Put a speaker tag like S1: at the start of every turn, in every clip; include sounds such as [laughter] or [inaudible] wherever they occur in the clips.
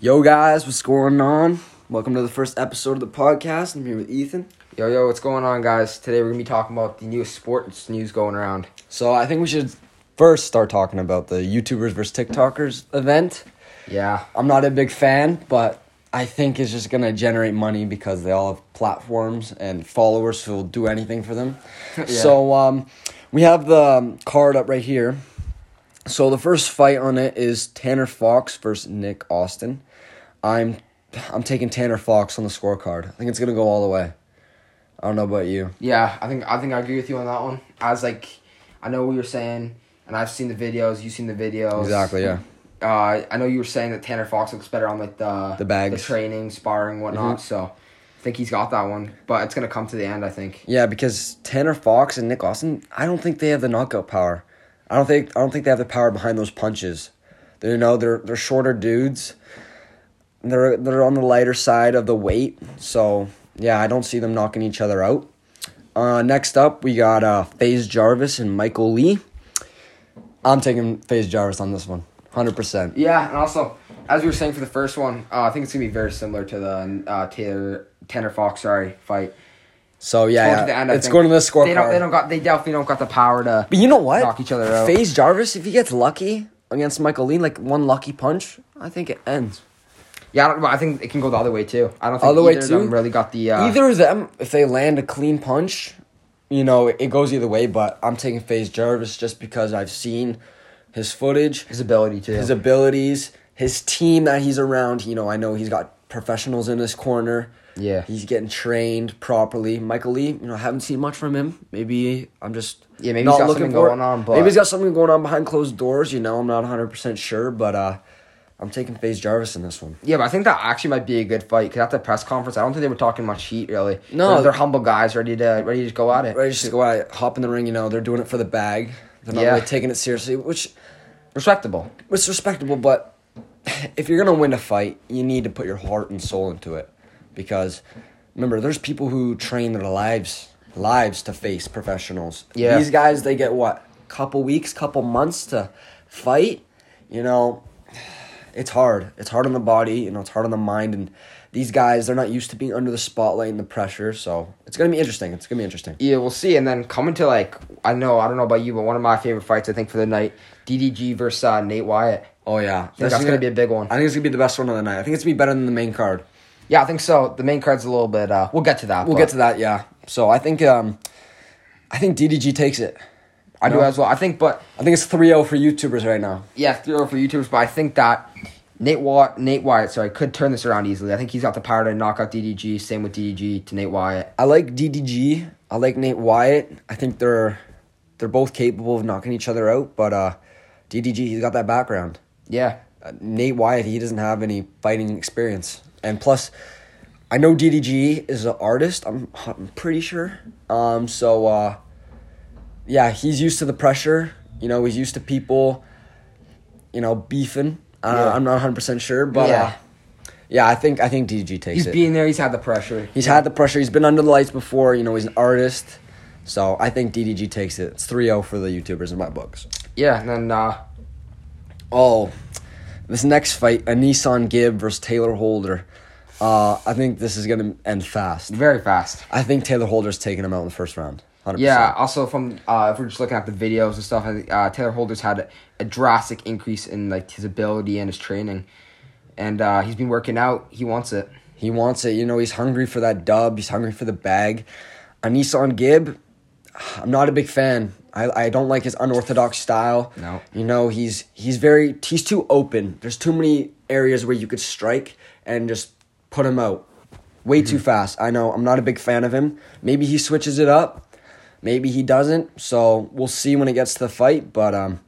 S1: Yo, guys, what's going on? Welcome to the first episode of the podcast. I'm here with Ethan.
S2: Yo, yo, what's going on, guys? Today we're gonna be talking about the newest sports news going around.
S1: So, I think we should first start talking about the YouTubers versus TikTokers event.
S2: Yeah,
S1: I'm not a big fan, but I think it's just gonna generate money because they all have platforms and followers who will do anything for them. So um, we have the um, card up right here. So the first fight on it is Tanner Fox versus Nick Austin. I'm I'm taking Tanner Fox on the scorecard. I think it's gonna go all the way. I don't know about you.
S2: yeah, I think I think I agree with you on that one. I was like, I know what you're saying, and I've seen the videos. You've seen the videos.
S1: Exactly, yeah.
S2: Uh, I know you were saying that Tanner Fox looks better on like the
S1: The bags. Mm-hmm.
S2: the training, sparring, whatnot. So, I think he's got that one, but it's gonna come to the end. I think.
S1: Yeah, because Tanner Fox and Nick Austin, I don't think they have the knockout power. I don't think I don't think they have the power behind those punches. They, you know, they're they're shorter dudes. They're they're on the lighter side of the weight, so yeah, I don't see them knocking each other out. Uh, next up, we got uh, FaZe Jarvis and Michael Lee. I'm taking FaZe Jarvis on this one, hundred percent.
S2: Yeah, and also, as we were saying for the first one, uh, I think it's gonna be very similar to the uh, Taylor Tanner Fox, sorry, fight.
S1: So
S2: Going
S1: yeah,
S2: to the end,
S1: yeah
S2: I
S1: it's
S2: think.
S1: going to the scorecard.
S2: They don't. They don't got. They definitely don't got the power to.
S1: But you know what?
S2: Knock each other out.
S1: FaZe Jarvis, if he gets lucky against Michael Lee, like one lucky punch, I think it ends.
S2: Yeah, I, don't, but I think it can go the other way too. I don't think
S1: Other way
S2: either of them
S1: too?
S2: really got the uh,
S1: either of them, if they land a clean punch, you know, it goes either way, but I'm taking FaZe Jarvis just because I've seen his footage,
S2: his ability to.
S1: his abilities, his team that he's around. You know, I know he's got professionals in his corner.
S2: Yeah.
S1: He's getting trained properly. Michael Lee, you know, haven't seen much from him. Maybe I'm just
S2: Yeah, maybe
S1: not
S2: he's got
S1: looking
S2: something
S1: for it.
S2: going on, but-
S1: maybe he's got something going on behind closed doors. You know, I'm not 100 percent sure, but uh, I'm taking FaZe Jarvis in this one.
S2: yeah, but I think that actually might be a good fight because at the press conference, I don't think they were talking much heat really.
S1: No.
S2: they're, they're humble guys, ready to ready to just go at it.
S1: Right, just go out, hop in the ring. You know, they're doing it for the bag. They're not
S2: Yeah.
S1: really taking it seriously, which
S2: Respectable.
S1: was respectable. But [sighs] if you're gonna win a fight, you need to put your heart and soul into it, because remember, there's people who train their lives lives to face professionals.
S2: Yeah.
S1: these guys they get what couple weeks, couple months to fight. You know, it's hard. It's hard on the body. You know, it's hard on the mind and. These guys, they're not used to being under the spotlight and the pressure, so it's gonna be interesting. It's gonna be interesting.
S2: Yeah, we'll see. And then coming to like, I know I don't know about you, but one of my favorite fights I think for the night, DDG versus uh, Nate Wyatt.
S1: Oh yeah,
S2: that's
S1: is
S2: gonna be a big one.
S1: I think it's gonna be the best one of the night. I think it's gonna be better than the main card.
S2: Yeah, I think so. The main card's a little bit. Uh, we'll get to that.
S1: We'll
S2: but
S1: get to that. Yeah. So I think um, I think DDG takes it.
S2: I do
S1: No.
S2: as well. I think, but
S1: I think it's 3-0 for YouTubers right now.
S2: yeah, three or for YouTubers, but I think that Nate Wyatt, Nate Wyatt, sorry, could turn this around easily. I think he's got the power to knock out DDG. Same with DDG to Nate Wyatt.
S1: I like DDG. I like Nate Wyatt. I think they're they're both capable of knocking each other out. But uh, DDG, he's got that background.
S2: Yeah,
S1: Uh, Nate Wyatt, he doesn't have any fighting experience. And plus, I know DDG is an artist. I'm, I'm pretty sure. Um, so uh, yeah, he's used to the pressure. You know, he's used to people, you know, beefing. Uh,
S2: Yeah.
S1: I'm not 100 percent sure, but yeah.
S2: Yeah.
S1: Uh, yeah, I think I think DDG takes
S2: he's
S1: it.
S2: being there. He's had the pressure.
S1: he's had the pressure. He's been under the lights before. You know, he's an artist. So I think DDG takes it. It's 3-0 for the YouTubers in my books.
S2: Yeah, and then uh,
S1: Oh, this next fight, a Nissan Gibb versus Taylor Holder. Uh, I think this is gonna end fast.
S2: very fast.
S1: I think Taylor Holder's taking him out in the first round. 100%.
S2: Yeah. Also, from uh, if we're just looking at the videos and stuff, I think, uh, Taylor Holder's had a, a drastic increase in like his ability and his training, and uh, he's been working out. He wants it.
S1: he wants it. You know, he's hungry for that dub. He's hungry for the bag. A Nissan Gibb, I'm not a big fan. I, I don't like his unorthodox style.
S2: No.
S1: You know, he's he's very he's too open. There's too many areas where you could strike and just put him out. Way
S2: Mm-hmm.
S1: too fast. I know. I'm not a big fan of him. Maybe he switches it up. Maybe he doesn't. So we'll see when it gets to the fight. But um,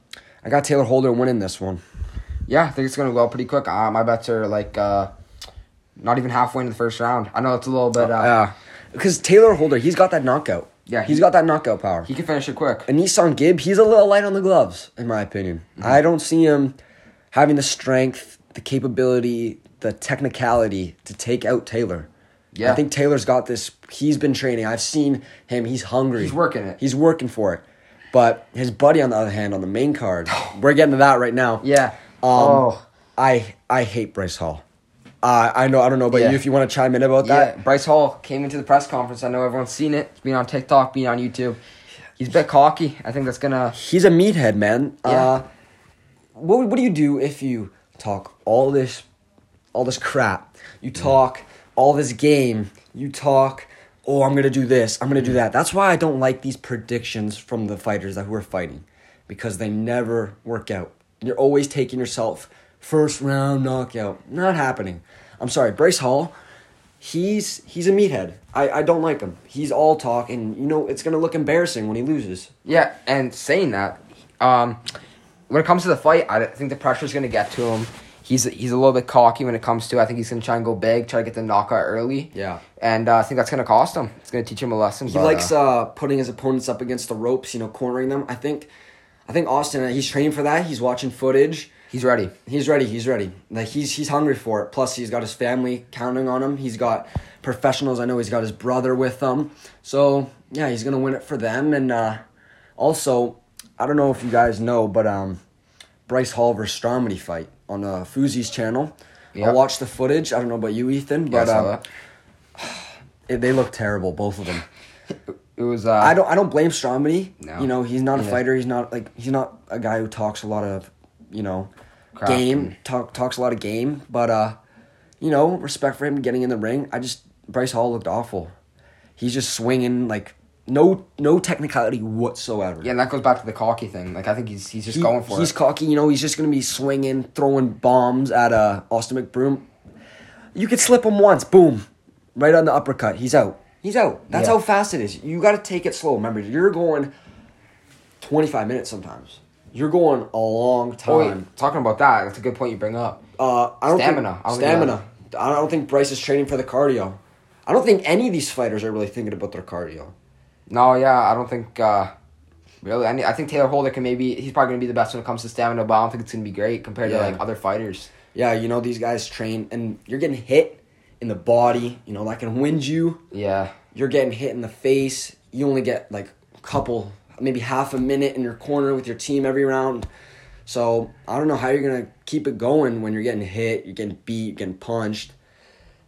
S1: I got Taylor Holder winning this one.
S2: Yeah, I think it's gonna go pretty quick. Uh, my bets are like uh, not even halfway in the first round. I know it's a little bit. Uh,
S1: Yeah. Because Taylor Holder, he's got that knockout.
S2: Yeah,
S1: he's
S2: he-
S1: got that knockout power.
S2: he can finish it quick.
S1: a Nissan Gibb, he's a little light on the gloves, in my opinion.
S2: Mm-hmm.
S1: I don't see him having the strength, the capability, the technicality to take out Taylor.
S2: Yeah.
S1: I think Taylor's got this. He's been training. I've seen him. He's hungry.
S2: He's working it.
S1: He's working for it. But his buddy, on the other hand, on the
S2: [sighs]
S1: main card, we're getting to that right now.
S2: Yeah.
S1: Um,
S2: oh.
S1: I I Um, hate Bryce Hall. Uh, I know. I don't know about
S2: Yeah.
S1: you. If you want to chime in about
S2: Yeah,
S1: that,
S2: Bryce Hall came into the press conference. I know everyone's seen it. It's been on TikTok, been on YouTube. He's a bit cocky. I think that's gonna.
S1: he's a meathead, man.
S2: Yeah.
S1: Uh, what What do you do if you talk all this, all this crap? You talk all this game. You talk. Oh, I'm gonna do this. I'm gonna do that. That's why I don't like these predictions from the fighters that who are fighting, because they never work out. You're always taking yourself first round knockout. Not happening. I'm sorry, Bryce Hall. He's he's a meathead. I, I don't like him. He's all talk, and you know it's gonna look embarrassing when he loses.
S2: Yeah, and saying that, um, when it comes to the fight, I don't think the pressure's gonna get to him. He's he's a little bit cocky when it comes to. I think he's gonna try and go big, try to get the knockout early.
S1: Yeah.
S2: and uh, I think that's gonna cost him. It's gonna teach him a lesson.
S1: He likes uh, putting his opponents up against the ropes, you know, cornering them. I think, I think Austin. uh, He's training for that. He's watching footage.
S2: he's ready.
S1: He's ready. He's ready. Like he's he's hungry for it. Plus, he's got his family counting on him. He's got professionals. I know he's got his brother with him. So yeah, he's gonna win it for them. And uh, also, I don't know if you guys know, but um, Bryce Hall versus Stromedy fight on uh, Fuzi's channel.
S2: Yeah.
S1: I watched the footage. I don't know about you, Ethan,
S2: Yeah, I
S1: but
S2: saw
S1: um,
S2: that.
S1: it, they look terrible, both of them.
S2: It was. Uh,
S1: I don't I don't blame Stromedy.
S2: No.
S1: You know, he's not a
S2: Yeah.
S1: fighter. He's not like he's not a guy who talks a lot of, you know,
S2: Crap
S1: game. Talk talks a lot of game, but uh, you know, respect for him getting in the ring. I just Bryce Hall looked awful. He's just swinging like no no technicality whatsoever.
S2: Yeah, and that goes back to the cocky thing. Like I think he's he's just
S1: He-
S2: going for
S1: he's
S2: it.
S1: cocky, you know. He's just gonna be swinging, throwing bombs at uh, Austin McBroom. You could slip him once, boom, right on the uppercut. He's out. He's out. That's
S2: Yeah.
S1: how fast it is. You got to take it slow. Remember, you're going twenty five minutes sometimes. You're going a long
S2: Oh, wait,
S1: time.
S2: talking about that, that's a good point you bring up.
S1: Uh, I don't
S2: Stamina. I
S1: Think,
S2: don't think
S1: stamina. I don't think Bryce is training for the cardio. I don't think any of these fighters are really thinking about their cardio.
S2: No, yeah, I don't think uh, really. I, I think Taylor Holder can maybe he's probably gonna be the best when it comes to stamina, but I don't think it's gonna be great compared
S1: Yeah.
S2: to like other fighters.
S1: Yeah, you know these guys train, and you're getting hit in the body. You know that can wind you.
S2: Yeah,
S1: you're getting hit in the face. You only get like a couple, maybe half a minute in your corner with your team every round. So I don't know how you're gonna keep it going when you're getting hit, you're getting beat, you're getting punched.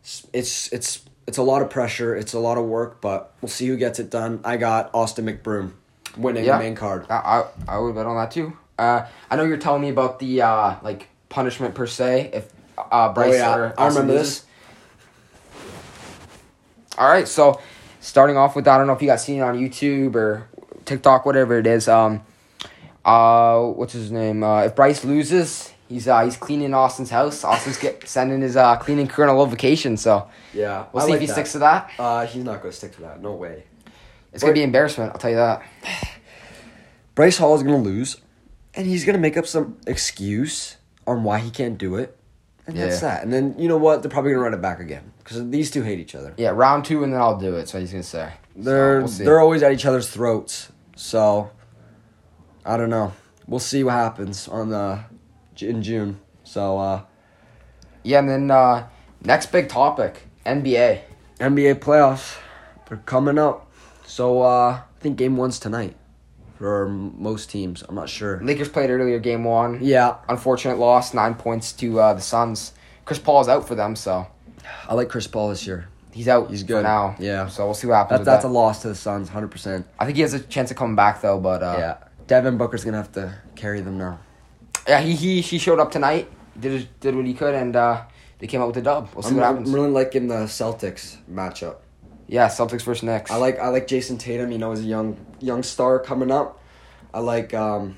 S1: It's- It's it's it's a lot of pressure. It's a lot of work, but we'll see who gets it done. I got Austin McBroom winning
S2: yeah.
S1: the main card.
S2: I I, I would bet on that too. Uh, I know you're telling me about the uh, like punishment per se. If uh, Bryce
S1: Oh, yeah,
S2: or
S1: I remember
S2: loses. All right, so starting off with I don't know if you guys seen it on YouTube or TikTok, whatever it is. Um, uh, what's his name? Uh, if Bryce loses, he's uh, he's cleaning Austin's house. Austin's get sending his uh cleaning crew on a little vacation. So
S1: Yeah,
S2: we'll
S1: I
S2: see
S1: like
S2: if he
S1: that.
S2: sticks to that.
S1: Uh, he's not gonna stick to that. No way.
S2: It's gonna be embarrassment. I'll tell you that.
S1: Bryce Hall is going to lose, and he's going to make up some excuse on why he can't do it. And that's
S2: Yeah.
S1: that. And then, you know what? They're probably going to run it back again because these two hate each other.
S2: Yeah, round two, and then I'll do it. So he's gonna say So,
S1: They're,
S2: we'll see.
S1: they're always at each other's throats. So, I don't know. We'll see what happens on the, in June. So, uh,
S2: Yeah, and then uh, next big topic NBA.
S1: NBA playoffs, they're coming up. So, uh, I think game one's tonight for most teams. I'm not sure.
S2: Lakers played earlier game one.
S1: Yeah,
S2: Unfortunate loss, nine points to uh, the Suns. Chris Paul's out for them, so
S1: I like Chris Paul this year.
S2: he's out
S1: He's
S2: for
S1: good.
S2: now.
S1: Yeah.
S2: So we'll see what happens.
S1: That,
S2: with
S1: that's a
S2: that.
S1: loss to the Suns, 100%.
S2: I think he has a chance of coming back though, but uh,
S1: Yeah. Devin Booker's gonna have to carry them now.
S2: yeah, he he she showed up tonight, did his- did what he could, and uh, they came out with a dub. We'll see
S1: I'm,
S2: what
S1: I'm
S2: happens.
S1: really liking the Celtics matchup.
S2: yeah, Celtics versus Knicks.
S1: I like I like Jason Tatum. You know, as a young young star coming up. I like um,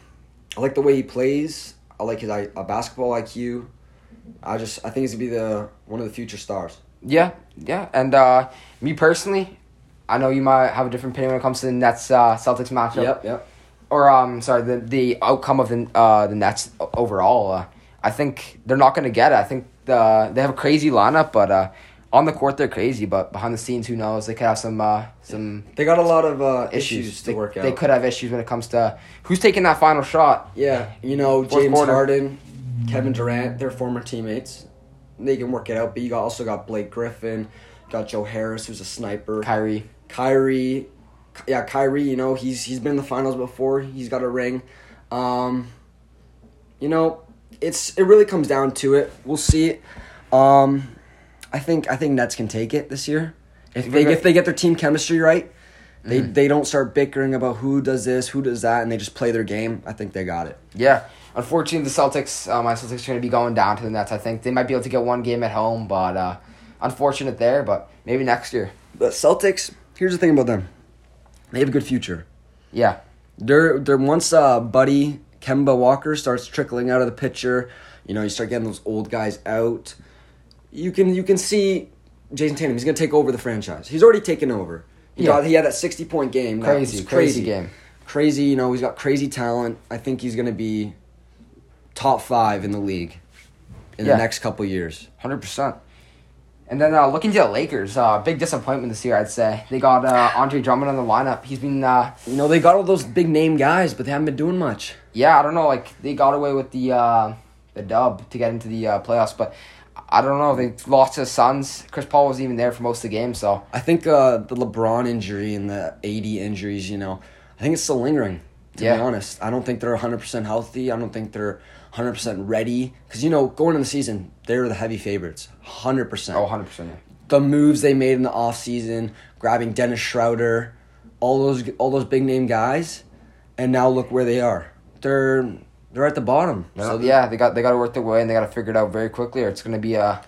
S1: I like the way he plays. I like his I, a basketball IQ. I just I think he's gonna be the one of the future stars.
S2: Yeah, yeah, and uh, me personally, I know you might have a different opinion when it comes to the Nets uh, Celtics matchup.
S1: yep.
S2: or um sorry the the outcome of the uh the Nets o- overall uh, I think they're not going to get it. I think the they have a crazy lineup but uh on the court they're crazy but behind the scenes who knows they could have some uh some
S1: They got a lot of uh,
S2: issues,
S1: issues, to
S2: they,
S1: work out.
S2: They could have issues when it comes to who's taking that final shot.
S1: Yeah, you know
S2: Fourth
S1: James
S2: quarter.
S1: Harden, Kevin Durant, their former teammates. They can work it out. But you got- also got Blake Griffin, got Joe Harris, who's a sniper.
S2: Kyrie.
S1: Kyrie, yeah, Kyrie. You know he's he's been in the finals before. He's got a ring. Um, you know, it's it really comes down to it. We'll see. Um, I think I think Nets can take it this year. If
S2: We're
S1: they
S2: gonna-
S1: if they get their team chemistry right, they they don't start bickering about who does this, who does that, and they just play their game. I think they got it.
S2: Yeah. Unfortunately, the Celtics, uh, my Celtics are going to be going down to the Nets, I think. They might be able to get one game at home, but uh, unfortunate there, but maybe next year.
S1: The Celtics. Here's the thing about them. They have a good future.
S2: Yeah.
S1: They're they're once uh, Buddy Kemba Walker starts trickling out of the picture. You know, you start getting those old guys out. You can you can see Jason Tatum. He's gonna take over the franchise. He's already taken over. He
S2: Yeah.
S1: got he had that sixty point game. That
S2: Crazy,
S1: was
S2: crazy game.
S1: Crazy. You know, he's got crazy talent. I think he's gonna be top five in the league in
S2: Yeah.
S1: the next couple years.
S2: Hundred percent. And then uh, looking to the Lakers, uh, big disappointment this year, I'd say. They got uh, Andre Drummond on the lineup. He's been, uh,
S1: You know, they got all those big name guys, but they haven't been doing much.
S2: yeah, I don't know, like they got away with the uh, the dub to get into the uh, playoffs, but I don't know. They lost to the Suns. Chris Paul wasn't even there for most of the game, so
S1: I think uh, the LeBron injury and the AD injuries, you know, I think it's still lingering, to
S2: Yeah.
S1: be honest. I don't think they're 100% healthy. I don't think they're 100% ready. Because, you know, going into the season, they were the heavy favorites, 100%.
S2: oh, 100 percent.
S1: The moves they made in the offseason, grabbing Dennis Schroeder, all those, all those big name guys, and now look where they are. They're, they're at the bottom.
S2: So yeah, they got they got to work their way and they got to figure it out very quickly, or it's gonna be uh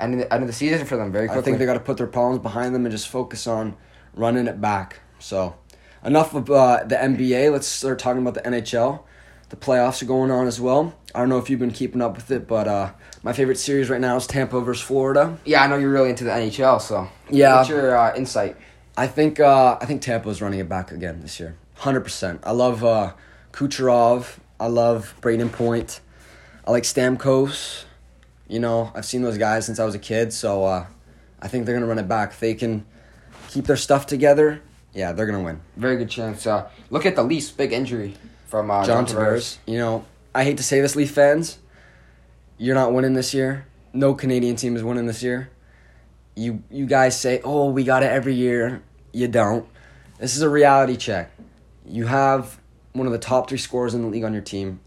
S2: end of the, end of the season for them very
S1: I
S2: quickly.
S1: think they got to put their problems behind them and just focus on running it back. So, enough of uh, the NBA. Let's start talking about the NHL. The playoffs are going on as well. I don't know if you've been keeping up with it, but uh, my favorite series right now is Tampa versus Florida.
S2: yeah, I know you're really into the NHL, so
S1: Yeah.
S2: What's your uh, insight?
S1: I think uh, I think Tampa is running it back again this year, hundred percent. I love uh, Kucherov. I love Braden Point. I like Stamkos. You know, I've seen those guys since I was a kid, so uh, I think they're gonna run it back. If they can keep their stuff together, yeah, they're gonna win.
S2: Very good chance. Uh, look at the least big injury from uh,
S1: John Tavares. You know, I hate to say this, Leaf fans, you're not winning this year. No Canadian team is winning this year. You you guys say, "Oh, we got it every year." You don't. This is a reality check. You have one of the top three scorers in the league on your team,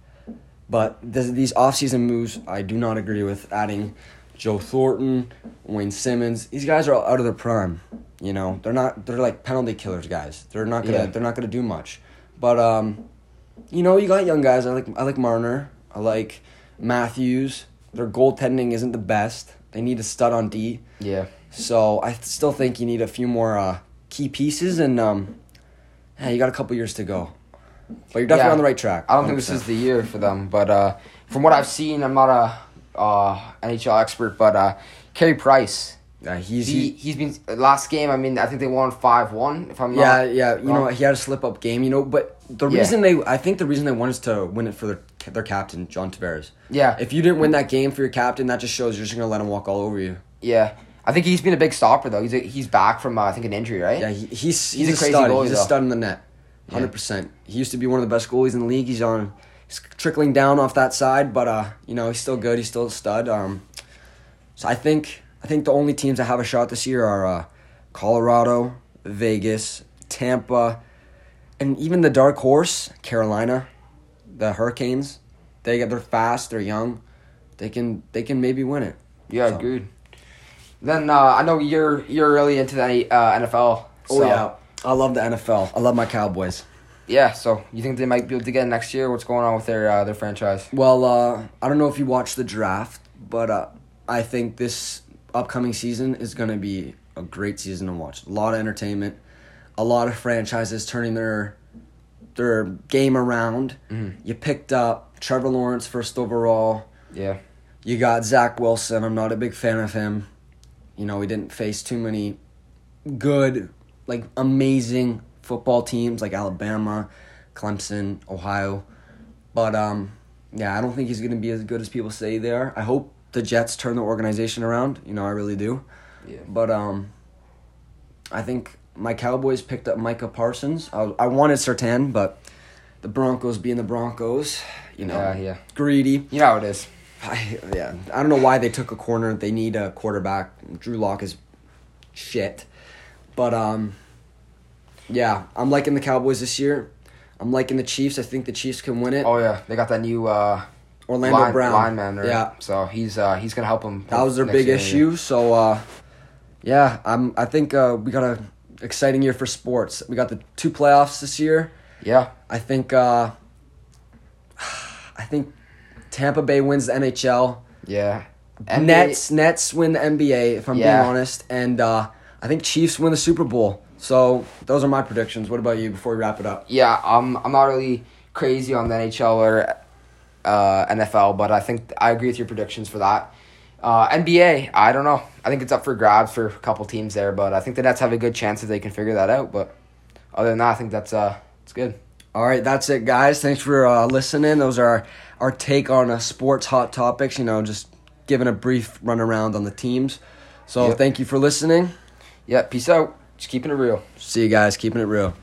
S1: but this, these offseason moves, I do not agree with adding Joe Thornton, Wayne Simmons. These guys are all out of their prime. You know, they're not. They're like penalty killers, guys. They're not gonna.
S2: Yeah.
S1: They're not gonna do much. But um, you know, you got young guys. I like. I like Marner. I like Matthews. Their goaltending isn't the best. They need a stud on D.
S2: Yeah.
S1: So I still think you need a few more uh, key pieces, and um, yeah, you got a couple years to go. But you're definitely
S2: Yeah.
S1: on the right track.
S2: I don't think this is the year for them, but uh, from what I've seen, I'm not a uh, NHL expert, but uh, Carey Price,
S1: 100%. Yeah, he's
S2: he
S1: he,
S2: he's been uh, last game. I mean, I think they won five one. If I'm
S1: yeah
S2: not,
S1: yeah. You know
S2: wrong.
S1: what, he had a slip up game. You know, but the
S2: Yeah.
S1: reason they I think the reason they won is to win it for their their captain John Tavares.
S2: yeah,
S1: If you didn't win that game for your captain, that just shows you're just gonna let him walk all over you.
S2: yeah. I think he's been a big stopper though. He's a, he's back from uh, I think an injury, right?
S1: Yeah, he, he's, he's
S2: He's
S1: a,
S2: a crazy
S1: stud.
S2: goalie,
S1: he's a
S2: though.
S1: stud in the net, hundred percent. He used to be one of the best goalies in the league. He's on, he's trickling down off that side, but uh, you know he's still good. He's still a stud. Um, so I think I think the only teams that have a shot this year are uh, Colorado, Vegas, Tampa, and even the dark horse Carolina, the Hurricanes. They get they're fast. They're young. They can they can maybe win it.
S2: yeah,
S1: So-
S2: good. Then uh, I know you're you're really into the uh, NFL.
S1: Oh
S2: so-
S1: yeah, I love the NFL. I love my Cowboys.
S2: yeah. So you think they might be able to get it next year? What's going on with their uh, their franchise?
S1: Well, uh, I don't know if you watched the draft, but uh, I think this upcoming season is going to be a great season to watch. A lot of entertainment, a lot of franchises turning their their game around.
S2: Mm-hmm.
S1: You picked up Trevor Lawrence first overall.
S2: Yeah,
S1: You got Zach Wilson. I'm not a big fan of him. You know, he didn't face too many good, like amazing football teams like Alabama, Clemson, Ohio. But um, yeah, I don't think he's gonna be as good as people say they are. I hope the Jets turn the organization around. You know, I really do.
S2: yeah.
S1: But um, I think my Cowboys picked up Micah Parsons. I, I wanted Sertan, but the Broncos being the Broncos, you know,
S2: Yeah, yeah.
S1: greedy.
S2: You know how it is.
S1: I, yeah, I don't know why they took a corner. They need a quarterback. Drew Lock is shit, but um, yeah, I'm liking the Cowboys this year. I'm liking the Chiefs. I think the Chiefs can win it,
S2: Oh yeah, they got that new uh,
S1: Orlando
S2: Oh, line-
S1: Brown.
S2: lineman. Right?
S1: Yeah.
S2: So he's uh, he's gonna help him.
S1: That was their
S2: next
S1: big
S2: year.
S1: issue. So uh, yeah, I'm. I think uh, we got a exciting year for sports. We got the two playoffs this year.
S2: Yeah.
S1: I think. Uh, [sighs] I think Tampa Bay wins the NHL.
S2: Yeah.
S1: Nets Nets win the NBA. If I'm
S2: Yeah.
S1: being honest, and uh, I think Chiefs win the Super Bowl. So those are my predictions. What about you? Before we wrap it up,
S2: yeah, um, I'm not really crazy on the NHL or uh, NFL, but I think I agree with your predictions for that. Uh, NBA, I don't know. I think it's up for grabs for a couple teams there, but I think the Nets have a good chance if they can figure that out. But other than that, I think that's uh, it's good.
S1: all right, that's it, guys. Thanks for uh, listening. Those are our, our take on uh, sports hot topics. You know, just giving a brief run around on the teams. So
S2: Yep.
S1: thank you for listening.
S2: Yeah, peace out. Just keeping it real.
S1: See you guys. Keeping it real.